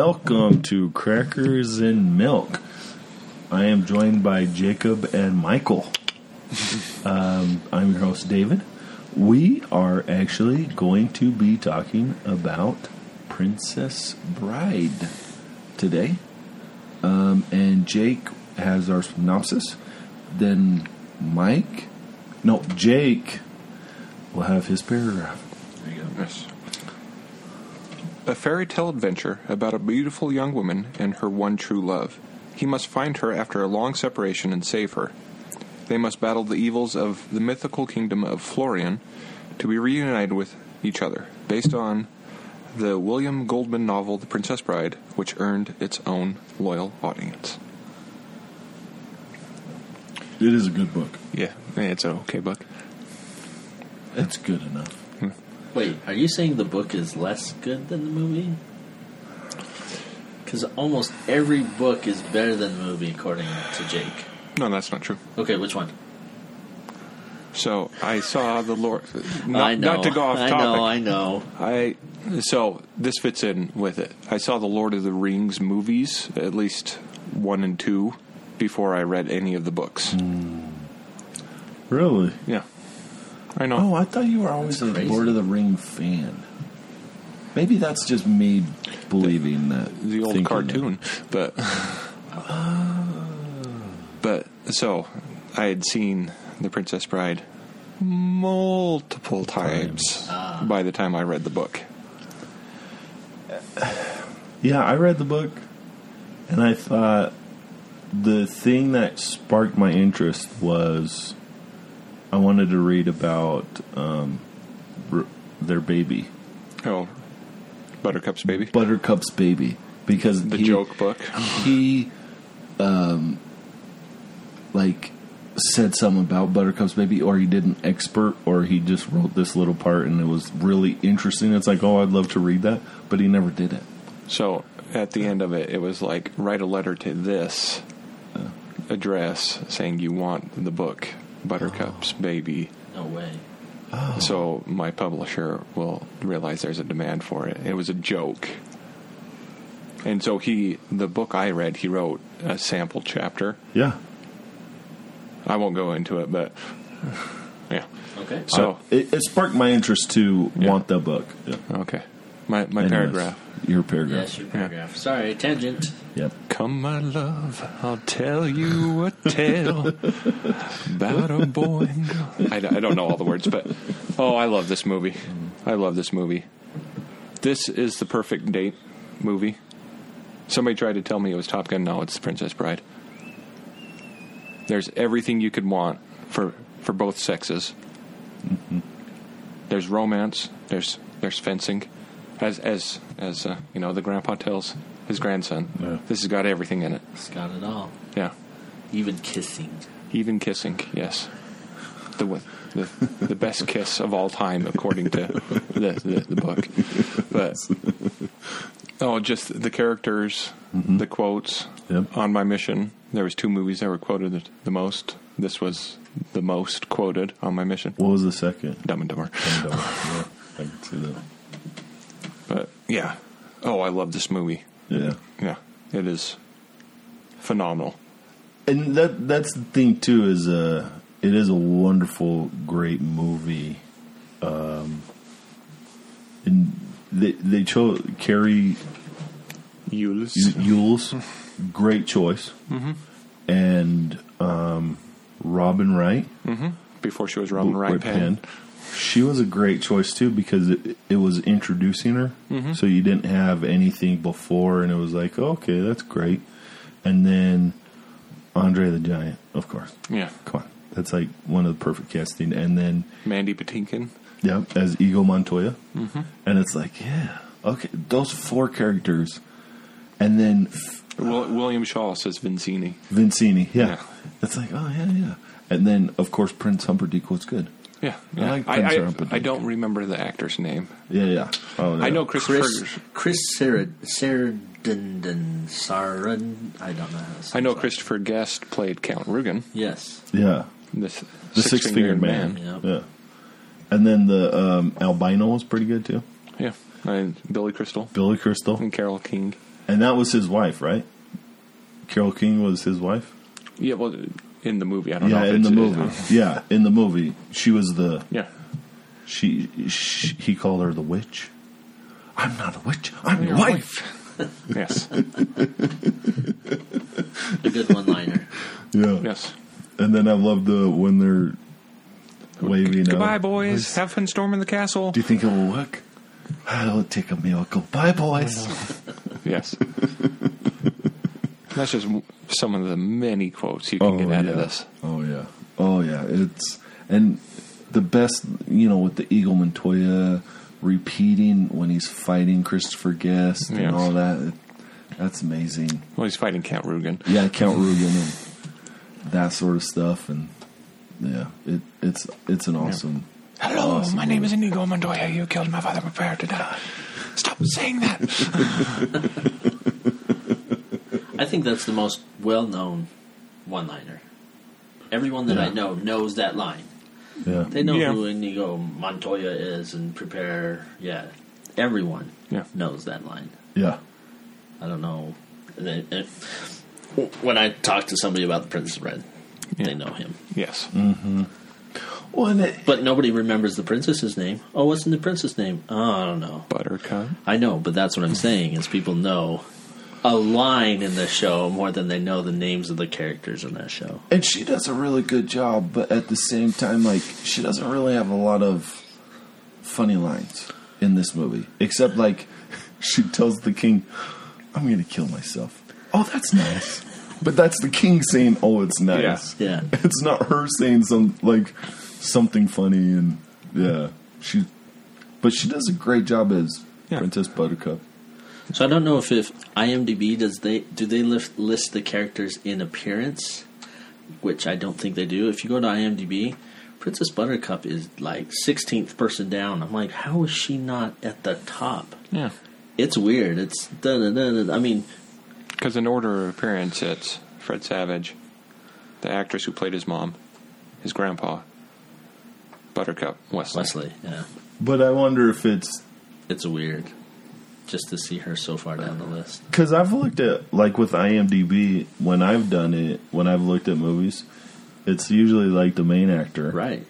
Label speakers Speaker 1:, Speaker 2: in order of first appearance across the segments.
Speaker 1: Welcome to Crackers and Milk. I am joined by Jacob and Michael. um, I'm your host, David. We are actually going to be talking about Princess Bride today. Um, and Jake has our synopsis. Then Mike, no, Jake will have his paragraph.
Speaker 2: There you go. A fairy tale adventure about a beautiful young woman and her one true love. He must find her after a long separation and save her. They must battle the evils of the mythical kingdom of Florian to be reunited with each other, based on the William Goldman novel The Princess Bride, which earned its own loyal audience.
Speaker 1: It is a good book.
Speaker 2: Yeah, it's an okay book.
Speaker 1: It's good enough.
Speaker 3: Wait, are you saying the book is less good than the movie? Because almost every book is better than the movie, according to Jake.
Speaker 2: No, that's not true.
Speaker 3: Okay, which one?
Speaker 2: So I saw the Lord. Not,
Speaker 3: I know.
Speaker 2: not to go off topic.
Speaker 3: I know. I know.
Speaker 2: I so this fits in with it. I saw the Lord of the Rings movies, at least one and two, before I read any of the books.
Speaker 1: Mm. Really?
Speaker 2: Yeah, I know.
Speaker 1: Oh, I thought you were always a
Speaker 3: That's crazy.
Speaker 1: Lord of the Ring fan. Maybe that's just me believing that
Speaker 2: the old
Speaker 1: thinking
Speaker 2: cartoon, but but so I had seen The Princess Bride multiple times by the time I read the book.
Speaker 1: that. Yeah, I read the book, and I thought the thing that sparked my interest was I wanted to read about um, r- their baby,
Speaker 2: Oh, Buttercup's baby,
Speaker 1: Buttercup's baby, because
Speaker 2: the
Speaker 1: he-
Speaker 2: joke book.
Speaker 1: he um like said something about Buttercup's baby or he did an expert or he just wrote this little part and it was really interesting. It's like, oh I'd love to read that, but he never did it.
Speaker 2: So at the end of it, it was like write a letter to this uh, address saying you want the book Buttercup's Baby,
Speaker 3: No way.
Speaker 2: so my publisher will realize there's a demand for it. It was a joke, and so he, the book I read, he wrote a sample chapter.
Speaker 1: Yeah.
Speaker 2: I won't go into it, but yeah.
Speaker 3: Okay.
Speaker 2: So
Speaker 1: It, it sparked my interest to
Speaker 2: Oh. Yeah.
Speaker 1: want that book. Yeah.
Speaker 2: okay, my my
Speaker 1: Anyways,
Speaker 2: paragraph.
Speaker 1: Your paragraph.
Speaker 3: Oh, yes, your paragraph. Sorry, tangent.
Speaker 1: Yep.
Speaker 2: Come, my love, I'll tell you a tale about a boy. and girl. I, I don't know all the words, but oh, I love this movie. I love this movie. This is the perfect date movie. Somebody tried to tell me it was Top Gun. No, it's The Princess Bride. There's everything you could want for for both sexes. There's romance. There's there's fencing. As as as uh, you know, the grandpa tells his grandson,
Speaker 1: Yeah.
Speaker 2: "This has got everything in it."
Speaker 3: It's got it all.
Speaker 2: Yeah,
Speaker 3: Even kissing.
Speaker 2: even kissing. Yes, the one- the, the best kiss of all time, according to the, the, the book. But oh, just the characters, the quotes.
Speaker 1: Yep.
Speaker 2: On my mission, there was two movies that were quoted the, the most. This was the most quoted on my mission.
Speaker 1: What was the second?
Speaker 2: Dumb and Dumber.
Speaker 1: And, uh, yeah, I can see that.
Speaker 2: But yeah, oh, I love this movie.
Speaker 1: Yeah.
Speaker 2: Yeah, it is phenomenal.
Speaker 1: and that that's the thing too is uh it is a wonderful great movie um and they they chose Carrie
Speaker 2: Yules.
Speaker 1: Yules great choice
Speaker 2: Mm-hmm.
Speaker 1: and um Robin Wright
Speaker 2: Before she was Robin
Speaker 1: Wright
Speaker 2: Wright Penn.
Speaker 1: she was a great choice too because it, it was introducing her
Speaker 2: Mm-hmm.
Speaker 1: so you didn't have anything before and it was like okay that's great and then Andre the Giant of course
Speaker 2: Yeah.
Speaker 1: Come on. That's like one of the perfect casting. And then,
Speaker 2: Mandy Patinkin.
Speaker 1: yep, as Ego Montoya. Mm-hmm. And it's like, yeah, okay, those four characters. And then F-
Speaker 2: Will, William Shaw says Vincini.
Speaker 1: Vincini. Yeah.
Speaker 2: Yeah.
Speaker 1: It's like, oh, yeah, yeah. And then, of course, Prince Humperdinck was good.
Speaker 2: Yeah,
Speaker 1: I
Speaker 2: yeah.
Speaker 1: like
Speaker 2: I,
Speaker 1: Prince
Speaker 2: I,
Speaker 1: Armpit.
Speaker 2: I don't remember the actor's name.
Speaker 1: Yeah, yeah. Oh,
Speaker 2: I
Speaker 1: yeah.
Speaker 2: know Chris,
Speaker 3: Chris
Speaker 2: Fergus-
Speaker 3: Chris Sarad- Sarandon Sarand. I don't know. How to say
Speaker 2: I know
Speaker 3: that.
Speaker 2: Christopher Guest played Count Rugen,
Speaker 3: Yes.
Speaker 1: Yeah.
Speaker 2: this
Speaker 1: The six fingered man.
Speaker 3: man.
Speaker 1: Yeah. And then the um, albino was pretty good too.
Speaker 2: Yeah, and Uh, Billy Crystal Mm.
Speaker 1: Billy Crystal.
Speaker 2: and Carol King.
Speaker 1: And that was his wife, right? Carol King was his wife.
Speaker 2: Yeah, well, in the movie, I don't know.
Speaker 1: yeah,
Speaker 2: if
Speaker 1: in
Speaker 2: it's-
Speaker 1: the
Speaker 2: it is-
Speaker 1: movie. yeah, in the movie, she was the
Speaker 2: Yeah.
Speaker 1: she, sh He called her the witch. I'm not a witch. I'm your
Speaker 2: Your
Speaker 1: wife.
Speaker 2: yes.
Speaker 3: A good one liner.
Speaker 1: Yeah.
Speaker 2: Yes.
Speaker 1: And then I love the when they're waving.
Speaker 2: Goodbye,
Speaker 1: out.
Speaker 2: boys. Have fun storming the castle.
Speaker 1: Do you think it will work? I'll take a miracle. Bye, boys.
Speaker 2: Yes. That's just m- some of the many quotes you can get out
Speaker 1: yeah.
Speaker 2: of this.
Speaker 1: Oh yeah. Oh yeah. It's and the best, you know, with the Eagle Montoya repeating when he's fighting Christopher Guest
Speaker 2: Yes.
Speaker 1: and all that. it- that's amazing.
Speaker 2: Well, he's fighting Count Rugen.
Speaker 1: Yeah, Count Rugen and that sort of stuff and yeah, it it's it's an awesome
Speaker 2: Hello, my name is Inigo Montoya. You killed my father. Prepare to die. Stop saying that.
Speaker 3: I think that's the most well known one liner. Everyone that I
Speaker 1: Yeah.
Speaker 3: know knows that line.
Speaker 1: yeah.
Speaker 3: They know
Speaker 2: Yeah.
Speaker 3: who Inigo Montoya is and prepare. Yeah. Everyone
Speaker 2: Yeah.
Speaker 3: knows that line.
Speaker 1: Yeah.
Speaker 3: I don't know. And it- it- when I talk to somebody about the Prince of Red,
Speaker 2: Yeah.
Speaker 3: they know him.
Speaker 2: Yes.
Speaker 1: Mm. Well, and it,
Speaker 3: But nobody remembers the princess's name. Oh, what's in the princess name? Oh, I don't know.
Speaker 2: Buttercup.
Speaker 3: I know, but that's what
Speaker 2: Hmm.
Speaker 3: I'm saying is people know a line in the show more than they know the names of the characters in that show.
Speaker 1: and she does a really good job, but at the same time, like she doesn't really have a lot of funny lines in this movie, except like she tells the king, "I'm going to kill myself." Oh, that's nice, but that's the king saying, "Oh, it's nice."
Speaker 3: Yeah. Yeah.
Speaker 1: it's not her saying some like something funny, and yeah, she. But she does a great job as
Speaker 2: Yeah.
Speaker 1: Princess Buttercup.
Speaker 3: So I don't know if, if IMDb does they do they list, list the characters in appearance, which I don't think they do. If you go to IMDb, Princess Buttercup is like 16th person down. I'm like, how is she not at the top?
Speaker 2: Yeah.
Speaker 3: It's weird. It's da da da. da. I mean,
Speaker 2: Because in order of appearance, it's Fred Savage, the actress who played his mom, his grandpa, Buttercup, Wesley.
Speaker 3: Wesley. Yeah,
Speaker 1: But I wonder if it's
Speaker 3: it's weird. Just to see her so far down the list.
Speaker 1: Because I've looked at like with IMDb when I've done it when I've looked at movies, it's usually like the main actor,
Speaker 3: Right.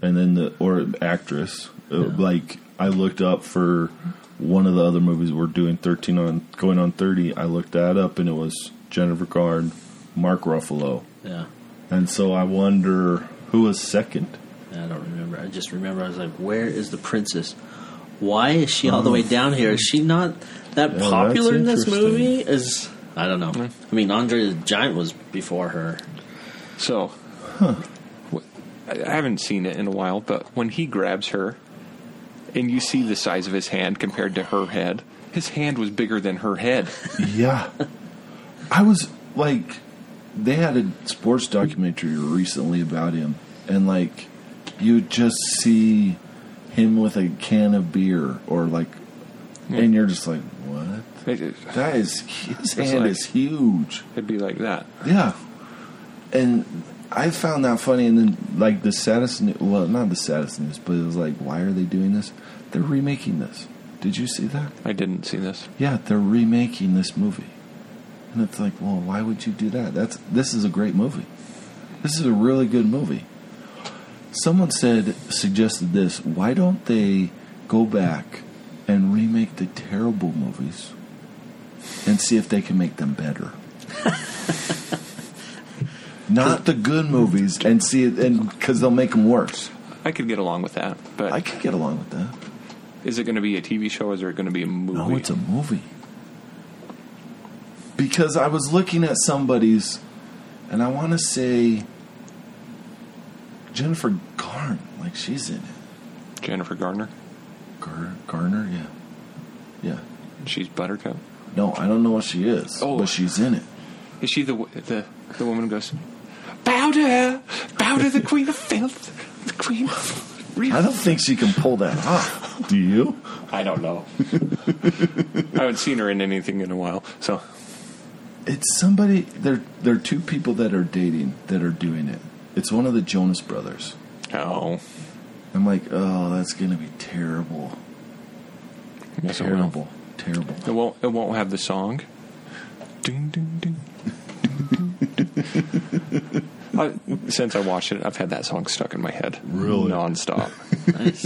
Speaker 1: and then the or actress. Uh, Like I looked up for one of the other movies we're doing thirteen on going on thirty. I looked that up and it was Jennifer Garner, Mark Ruffalo,
Speaker 3: Yeah.
Speaker 1: and so I wonder who was second.
Speaker 3: I don't remember. I just remember I was like, "Where is the princess? Why is she all the way down here? Is she not that
Speaker 1: that's
Speaker 3: popular in this
Speaker 1: interesting.
Speaker 3: movie?" Is I don't know. I mean, Andre the Giant was before her.
Speaker 2: So, wh- I I haven't seen it in a while, but when he grabs her, and you see the size of his hand compared to her head, his hand was bigger than her head.
Speaker 1: Yeah. I was like, they had a sports documentary recently about him, and like, you just see him with a can of beer, or like, and you're just like, what?
Speaker 2: It-
Speaker 1: That is, his
Speaker 2: It's
Speaker 1: hand
Speaker 2: like-
Speaker 1: is huge.
Speaker 2: It'd be like that.
Speaker 1: Yeah. And I found that funny, and then, like, the saddest, new- well, not the saddest news, but it was like, why are they doing this? They're remaking this. Did you see that?
Speaker 2: I didn't see this.
Speaker 1: yeah, they're remaking this movie. And it's like, well, why would you do that? That's this is a great movie. This is a really good movie. Someone said suggested this, why don't they go back and remake the terrible movies and see if they can make them better? Not the good movies and see it and cuz they'll make them worse.
Speaker 2: I could get along with that, but
Speaker 1: I could get along with that.
Speaker 2: is it going to be a TV show? Or is it going to be a movie?
Speaker 1: No, it's a movie. Because I was looking at somebody's, and I want to say Jennifer Garn, like she's in it.
Speaker 2: Jennifer Gardner.
Speaker 1: Gar- Garner, yeah, yeah.
Speaker 2: She's Buttercup.
Speaker 1: No, I don't know what she is,
Speaker 2: Oh.
Speaker 1: but she's in it.
Speaker 2: Is she the w- the the woman who goes, bow to her, bow to the queen of filth, the queen of
Speaker 1: I
Speaker 2: real?
Speaker 1: don't think she can pull that off. Do you?
Speaker 2: I don't know. I haven't seen her in anything in a while, so
Speaker 1: It's somebody. There, there are two people that are dating that are doing it. It's one of the Jonas Brothers.
Speaker 2: oh,
Speaker 1: I'm like, oh, that's gonna be terrible.
Speaker 2: yes, it will.
Speaker 1: terrible, terrible.
Speaker 2: It won't. It won't have the song. Ding, ding, ding. Ding, ding, ding. I, since I watched it, I've had that song stuck in my head,
Speaker 1: Really?
Speaker 2: nonstop.
Speaker 3: Nice.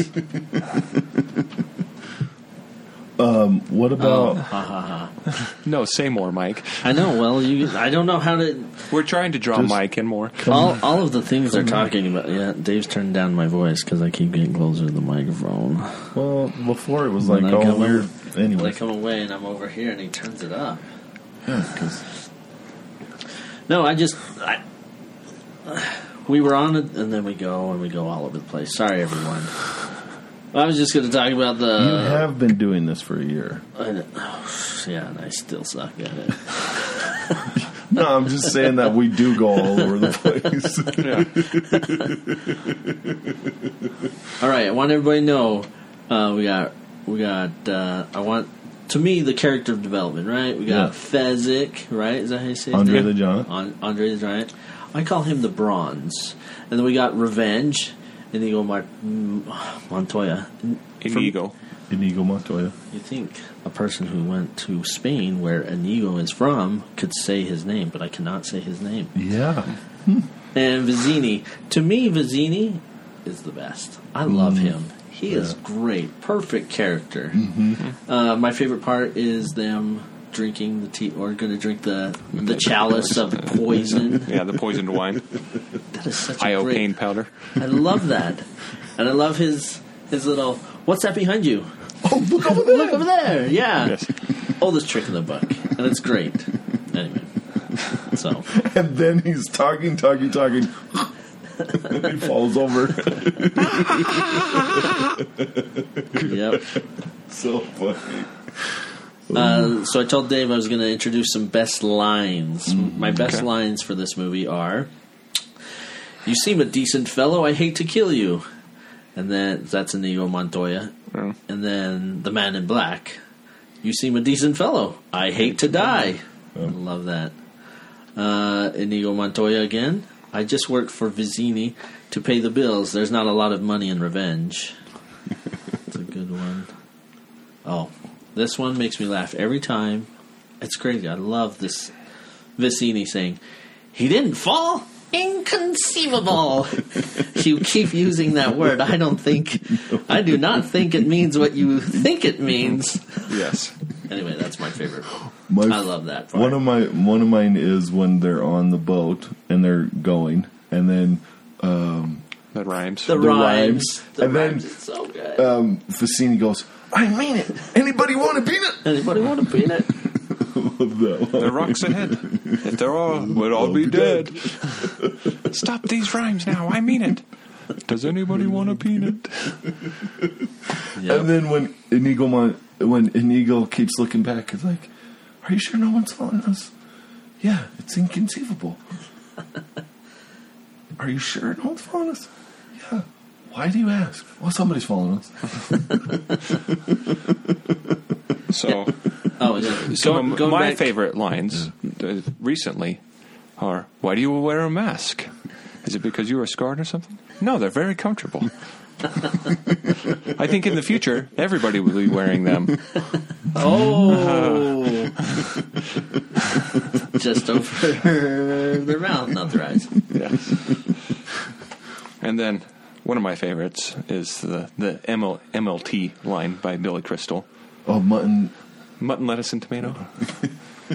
Speaker 1: What
Speaker 3: Oh,
Speaker 1: about
Speaker 3: ha, ha, ha.
Speaker 2: no, say more, Mike.
Speaker 3: I know. Well, you. I don't know how to.
Speaker 2: We're trying to draw
Speaker 1: Just-
Speaker 2: Mike in more.
Speaker 3: All, all of the things they're talking about. Yeah, Dave's turned down my voice because I keep getting closer to the microphone.
Speaker 1: well before it was like
Speaker 3: Like,
Speaker 1: all
Speaker 3: um,
Speaker 1: weird anyway
Speaker 3: They come away and I'm over here and he turns it up.
Speaker 1: yeah, 'cause-
Speaker 3: No, I just I, we were on it, and then we go and we go all over the place. Sorry, everyone. I was just going to talk about the.
Speaker 1: you have been doing this for a year.
Speaker 3: yeah, and I still suck at it.
Speaker 1: No, I'm just saying that we do go all over the place.
Speaker 2: Yeah.
Speaker 3: all right, I want everybody to know uh, we got we got. Uh, I want to me the character development. Right, we got
Speaker 1: Yeah.
Speaker 3: Fezzik. Right, is that how you say his
Speaker 1: Andre
Speaker 3: name?
Speaker 1: the Giant.
Speaker 3: On, Andre the Giant. I call him the Bronze, and then we got Revenge. Inigo Mar- mm, Montoya.
Speaker 2: Inigo.
Speaker 1: Inigo Montoya.
Speaker 3: You think a person who went to Spain, where Inigo is from, could say his name, but I cannot say his name.
Speaker 1: Yeah.
Speaker 3: And Vizzini. To me, Vizzini is the best. I love him. He is great. Perfect character. Uh, my favorite part is them drinking the tea, or going to drink the the chalice of poison.
Speaker 2: Yeah, the poisoned wine,
Speaker 3: That is such a
Speaker 2: high
Speaker 3: great.
Speaker 2: octane powder.
Speaker 3: I love that, and I love his his little. What's that behind you?
Speaker 1: Oh, look over
Speaker 3: Look over there. Yeah.
Speaker 2: Yes.
Speaker 3: Oldest trick in the book, and it's great. Anyway, so
Speaker 1: And then he's talking, talking, talking. and he falls over.
Speaker 3: yep.
Speaker 1: so funny.
Speaker 3: Uh, so I told Dave I was going to introduce some best lines. My best
Speaker 2: Mm, Okay.
Speaker 3: lines for this movie are: "You seem a decent fellow. I hate to kill you," and then that's Inigo Montoya,
Speaker 2: Yeah.
Speaker 3: and then the Man in Black. You seem a decent fellow. I hate to die. Love that. Uh, Inigo Montoya again. I just work for Vizzini to pay the bills. There's not a lot of money in revenge. It's a good one. Oh, this one makes me laugh every time. It's crazy. I love this Vicini saying, "He didn't fall." Inconceivable. you keep using that word. I don't think, I do not think it means what you think it means.
Speaker 2: Yes.
Speaker 3: Anyway, that's my favorite.
Speaker 1: My,
Speaker 3: I love that. Part.
Speaker 1: One of my one of mine is when they're on the boat and they're going, and then um,
Speaker 2: That rhymes.
Speaker 3: the,
Speaker 1: the
Speaker 3: rhymes.
Speaker 1: rhymes.
Speaker 3: The
Speaker 1: And then-
Speaker 3: rhymes is so good.
Speaker 1: um, Facini goes, "I mean it. Anybody want a peanut?"
Speaker 3: Anybody want a peanut?
Speaker 1: Love that one.
Speaker 2: The rocks ahead. If there are, we'd all be dead. Stop these rhymes now. I mean it. Does anybody want a peanut?
Speaker 1: And then when Inigo Mon- when Inigo keeps looking back, it's like, "Are you sure no one's following us?" Yeah, it's inconceivable. Are you sure no one's following us? Yeah. Why do you ask? Well, somebody's following us.
Speaker 2: So,
Speaker 3: Oh, yeah.
Speaker 2: some
Speaker 3: Go-
Speaker 2: of
Speaker 3: going
Speaker 2: my
Speaker 3: back-
Speaker 2: favorite lines uh, recently are Why do you wear a mask? Is it because you were scarred or something? No, they're very comfortable. I think in the future, everybody will be wearing them.
Speaker 3: Oh, just over their mouth, not their eyes.
Speaker 2: Yes. and then one of my favorites is the, the ML, MLT line by Billy Crystal.
Speaker 1: Oh, mutton.
Speaker 2: mutton, lettuce, and tomato.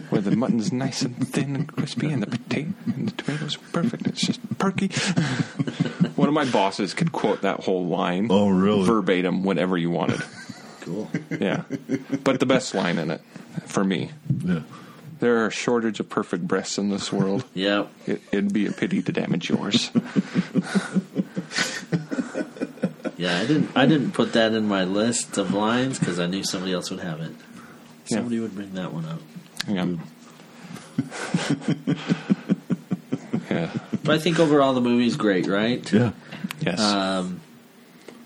Speaker 2: Where the mutton's nice and thin and crispy, and the potato and the tomatoes are perfect. It's just perky. One of my bosses could quote that whole line.
Speaker 1: Oh, really?
Speaker 2: Verbatim, whenever you wanted.
Speaker 3: Cool.
Speaker 2: Yeah, but the best line in it for me.
Speaker 1: Yeah.
Speaker 2: There are a shortage of perfect breasts in this world.
Speaker 3: Yep.
Speaker 2: It, it'd be a pity to damage yours.
Speaker 3: Yeah, I didn't. I didn't put that in my list of lines because I knew somebody else would have it.
Speaker 2: Yeah.
Speaker 3: Somebody would bring that one up.
Speaker 2: Yeah. yeah.
Speaker 3: But I think overall the movie's great, right?
Speaker 1: Yeah.
Speaker 2: Yes.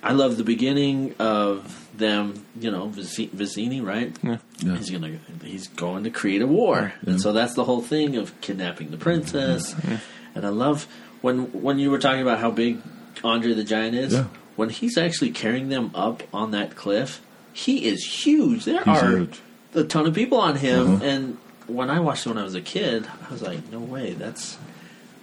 Speaker 3: I love the beginning of them. You know, Viz- Vizzini, right?
Speaker 2: yeah.
Speaker 1: Yeah.
Speaker 3: He's gonna. He's going to create a war, and so that's the whole thing of kidnapping the princess. And I love when when you were talking about how big Andre the Giant is.
Speaker 1: Yeah.
Speaker 3: When he's actually carrying them up on that cliff, he is huge. There are
Speaker 1: huge.
Speaker 3: a ton of people on him. And when I watched it when I was a kid, I was like, no way, that's.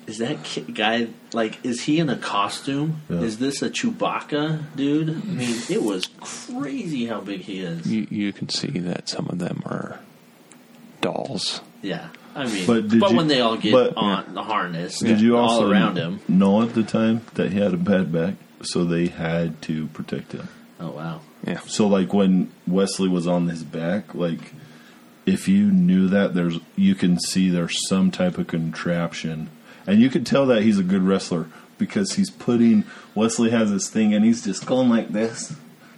Speaker 3: Is that ki- guy like? Is he in a costume?
Speaker 1: Yeah.
Speaker 3: Is this a Chewbacca dude? I mean, it was crazy how big he is.
Speaker 2: You, you can see that some of them are dolls.
Speaker 3: Yeah, I mean,
Speaker 1: But
Speaker 3: but,
Speaker 1: did you-
Speaker 3: when they all get
Speaker 1: but-
Speaker 3: on the harness,
Speaker 1: Did you also
Speaker 3: all around him?
Speaker 1: know at the time that he had a bad back, so they had to protect him?
Speaker 3: Oh wow!
Speaker 2: Yeah.
Speaker 1: So like when Wesley was on his back, like if you knew that there's you can see there's some type of contraption. And you can tell that he's a good wrestler because he's putting Wesley has this thing and he's just going like this.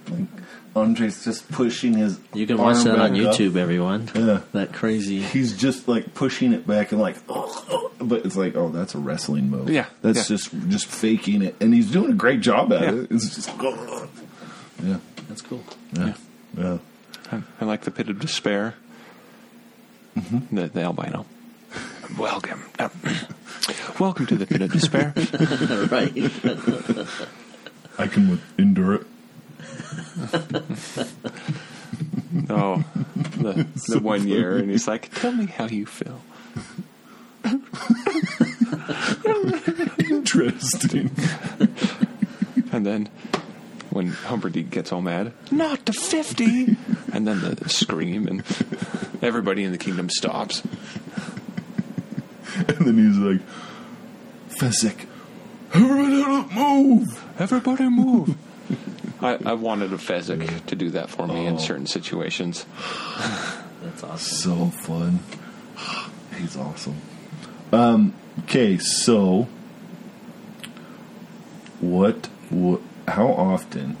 Speaker 1: Like Andre's just pushing his
Speaker 3: You can watch
Speaker 1: arm
Speaker 3: that on
Speaker 1: back up.
Speaker 3: YouTube, everyone.
Speaker 1: Yeah.
Speaker 3: That crazy.
Speaker 1: He's just like pushing it back and like oh, oh. but it's like, oh that's a wrestling move.
Speaker 2: Yeah,
Speaker 1: That's
Speaker 2: yeah.
Speaker 1: just just faking it. And he's doing a great job at
Speaker 2: Yeah.
Speaker 1: it. It's just oh. yeah.
Speaker 3: That's cool.
Speaker 1: Yeah. Yeah.
Speaker 2: I, I like the pit of despair. The, the albino. Welcome. uh, welcome to the pit of despair.
Speaker 3: right.
Speaker 1: I can endure it.
Speaker 2: Oh, the, the one year, and he's like, "Tell me how you feel."
Speaker 1: Interesting.
Speaker 2: And then, when Humperdinck gets all mad, not to fifty, and then the scream, and everybody in the kingdom stops.
Speaker 1: And then he's like, Fezzik, everybody move!
Speaker 2: Everybody move. I, I wanted a Fezzik to do that for me in certain situations.
Speaker 3: That's awesome.
Speaker 1: So fun. He's awesome. Um, okay, so what, what, how often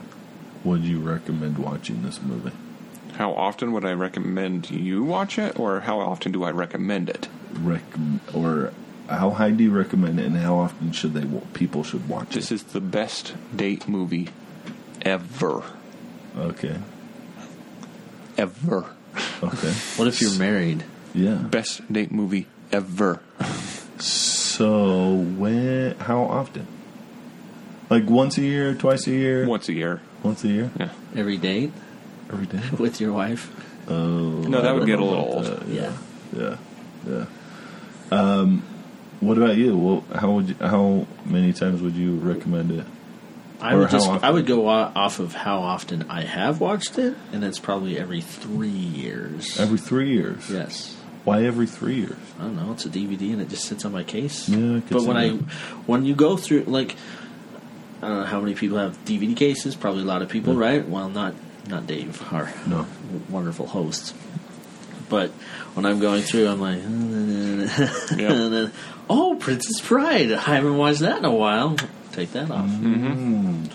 Speaker 1: would you recommend watching this movie?
Speaker 2: How often would I recommend you watch it, or how often do I recommend it?
Speaker 1: Rec- or how high do you recommend it and how often should they, wa- people should watch
Speaker 2: This
Speaker 1: it?
Speaker 2: is the best date movie ever.
Speaker 1: Okay.
Speaker 2: Ever.
Speaker 1: Okay.
Speaker 3: What if you're married?
Speaker 1: Yeah.
Speaker 2: Best date movie ever.
Speaker 1: So when? How often? Like once a year, twice a year,
Speaker 2: Once a year.
Speaker 1: once a year,
Speaker 2: Yeah.
Speaker 3: Every date
Speaker 1: every day.
Speaker 3: with your wife?
Speaker 2: No, that would get a little old.
Speaker 3: Yeah.
Speaker 1: Uh, Yeah, yeah. Um, what about you? Well, how would you, how many times would you recommend it?
Speaker 3: I
Speaker 1: Or
Speaker 3: would
Speaker 1: how
Speaker 3: just.
Speaker 1: often?
Speaker 3: I would go o- off of how often I have watched it, and that's probably every three years.
Speaker 1: Every three years.
Speaker 3: yes.
Speaker 1: Why every three years?
Speaker 3: I don't know. It's a DVD, and it just sits on my case.
Speaker 1: Yeah, I could
Speaker 3: but
Speaker 1: see
Speaker 3: when I,
Speaker 1: that.
Speaker 3: when you go through, like, I don't know how many people have DVD cases. Probably a lot of people, right? Well, not not Dave, our
Speaker 1: No.
Speaker 3: wonderful host. But when I'm going through, I'm like, and then, oh, Princess Bride. I haven't watched that in a while. Take that off.
Speaker 2: Mm-hmm.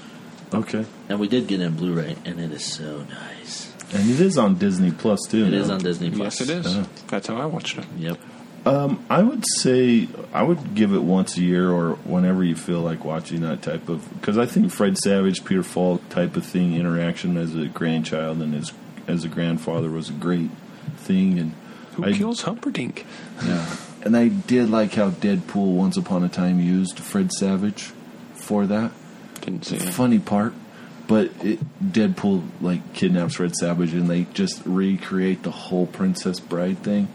Speaker 1: Okay,
Speaker 3: And we did get it in Blu-ray, and it is so nice.
Speaker 1: and it is on Disney Plus too.
Speaker 3: It is
Speaker 1: no?
Speaker 3: on Disney Plus.
Speaker 2: Yes, it is.
Speaker 1: Yeah.
Speaker 2: That's how I watched it.
Speaker 3: Yep.
Speaker 1: Um, I would say I would give it once a year or whenever you feel like watching that type of because I think Fred Savage, Peter Falk type of thing interaction as a grandchild and as as a grandfather was a great thing and
Speaker 2: Who
Speaker 1: I,
Speaker 2: kills Humperdinck?
Speaker 1: yeah. and I did like how Deadpool once upon a time used Fred Savage for that
Speaker 2: Didn't see it.
Speaker 1: funny part. But it, Deadpool like kidnaps Red Savage, and they just recreate the whole Princess Bride thing,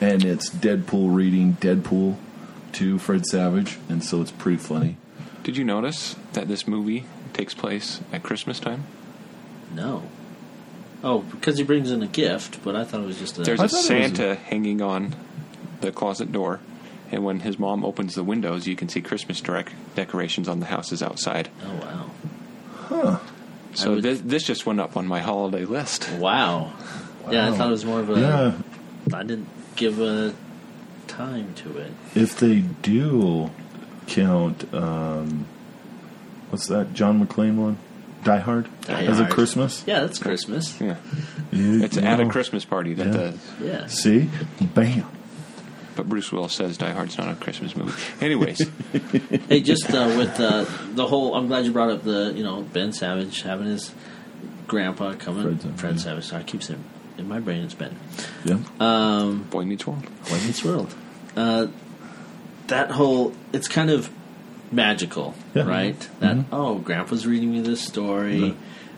Speaker 1: and it's Deadpool reading Deadpool to Fred Savage, and so it's pretty funny.
Speaker 2: Did you notice that this movie takes place at Christmas time?
Speaker 3: No. Oh, because he brings in a gift, but I thought it was just a.
Speaker 2: There's
Speaker 1: I
Speaker 2: a
Speaker 1: thought it was
Speaker 2: Santa hanging on the closet door, and when his mom opens the windows, you can see Christmas direct decorations on the houses outside.
Speaker 3: oh wow.
Speaker 2: So
Speaker 3: would-
Speaker 2: this, this just went up on my holiday list.
Speaker 3: wow. Yeah, I
Speaker 1: Wow.
Speaker 3: thought it was more of a.
Speaker 1: yeah,
Speaker 3: I didn't give a time to it.
Speaker 1: if they do count, um, what's that John McClane one? Die Hard
Speaker 3: Die
Speaker 1: as a
Speaker 3: Hard.
Speaker 1: Christmas.
Speaker 3: Yeah, that's Christmas.
Speaker 2: Yeah,
Speaker 1: You
Speaker 2: it's at a
Speaker 1: know.
Speaker 2: Christmas party that
Speaker 1: Yeah.
Speaker 2: the
Speaker 3: Yeah.
Speaker 1: See, bam.
Speaker 2: but Bruce Willis says Die Hard's not a Christmas movie. Anyways,
Speaker 3: Hey, just uh, with uh, the whole, I'm glad you brought up the, you know, Ben Savage having his grandpa coming.
Speaker 1: Fred
Speaker 3: Fred
Speaker 1: Savage,
Speaker 3: Savage.
Speaker 1: yeah.
Speaker 3: Sorry, I keep saying in my brain it's Ben.
Speaker 1: Yeah,
Speaker 2: Boy Meets World.
Speaker 3: Boy Meets World. Uh, that whole, it's kind of magical,
Speaker 1: Yeah. Mm-hmm.
Speaker 3: right? That oh, Grandpa's reading me this story.
Speaker 1: Yeah.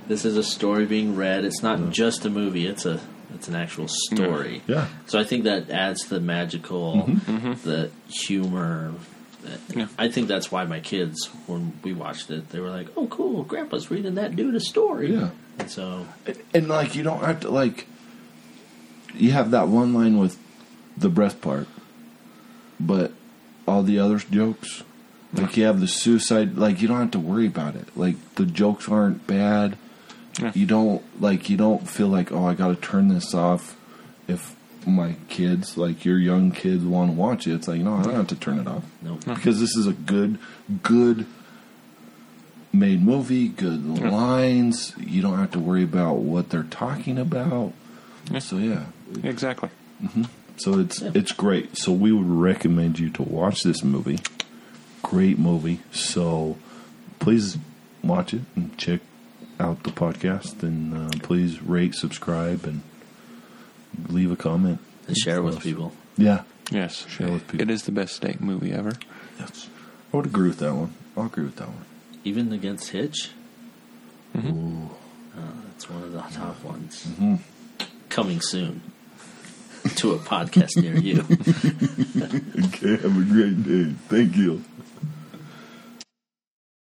Speaker 3: This is a story being read. It's not just a movie. It's a It's an actual story.
Speaker 4: Yeah.
Speaker 3: So I think that adds the magical,
Speaker 1: Mm-hmm.
Speaker 3: the humor.
Speaker 2: Yeah.
Speaker 3: I think that's why my kids, when we watched it, they were like, "Oh, cool! Grandpa's reading that dude a story."
Speaker 1: Yeah.
Speaker 3: And so
Speaker 1: And like you don't have to like you have that one line with the breath part, but all the other jokes like you have the suicide like you don't have to worry about it. Like the jokes aren't bad.
Speaker 2: Yeah.
Speaker 1: You don't like you don't feel like oh I got to turn this off if my kids like your young kids want to watch it. It's like no I don't have to turn it off.
Speaker 3: no,
Speaker 1: Because this is a good, good made movie, good lines. You don't have to worry about what they're talking about.
Speaker 2: Yeah.
Speaker 1: So yeah,
Speaker 2: Exactly.
Speaker 4: So it's
Speaker 3: Yeah.
Speaker 4: it's great. So we would recommend you to watch this movie. Great movie. So please watch it and check out the podcast and uh, please rate, subscribe, and leave a comment.
Speaker 3: and share it with people.
Speaker 4: Yeah,
Speaker 2: Yes.
Speaker 4: Share with people.
Speaker 2: It is the best date movie ever.
Speaker 4: Yes.
Speaker 1: I would agree with that one. I'll agree with that one.
Speaker 3: Even against Hitch, Uh, that's one of the top ones. Coming soon to a podcast near you.
Speaker 1: Okay, have a great day. Thank you.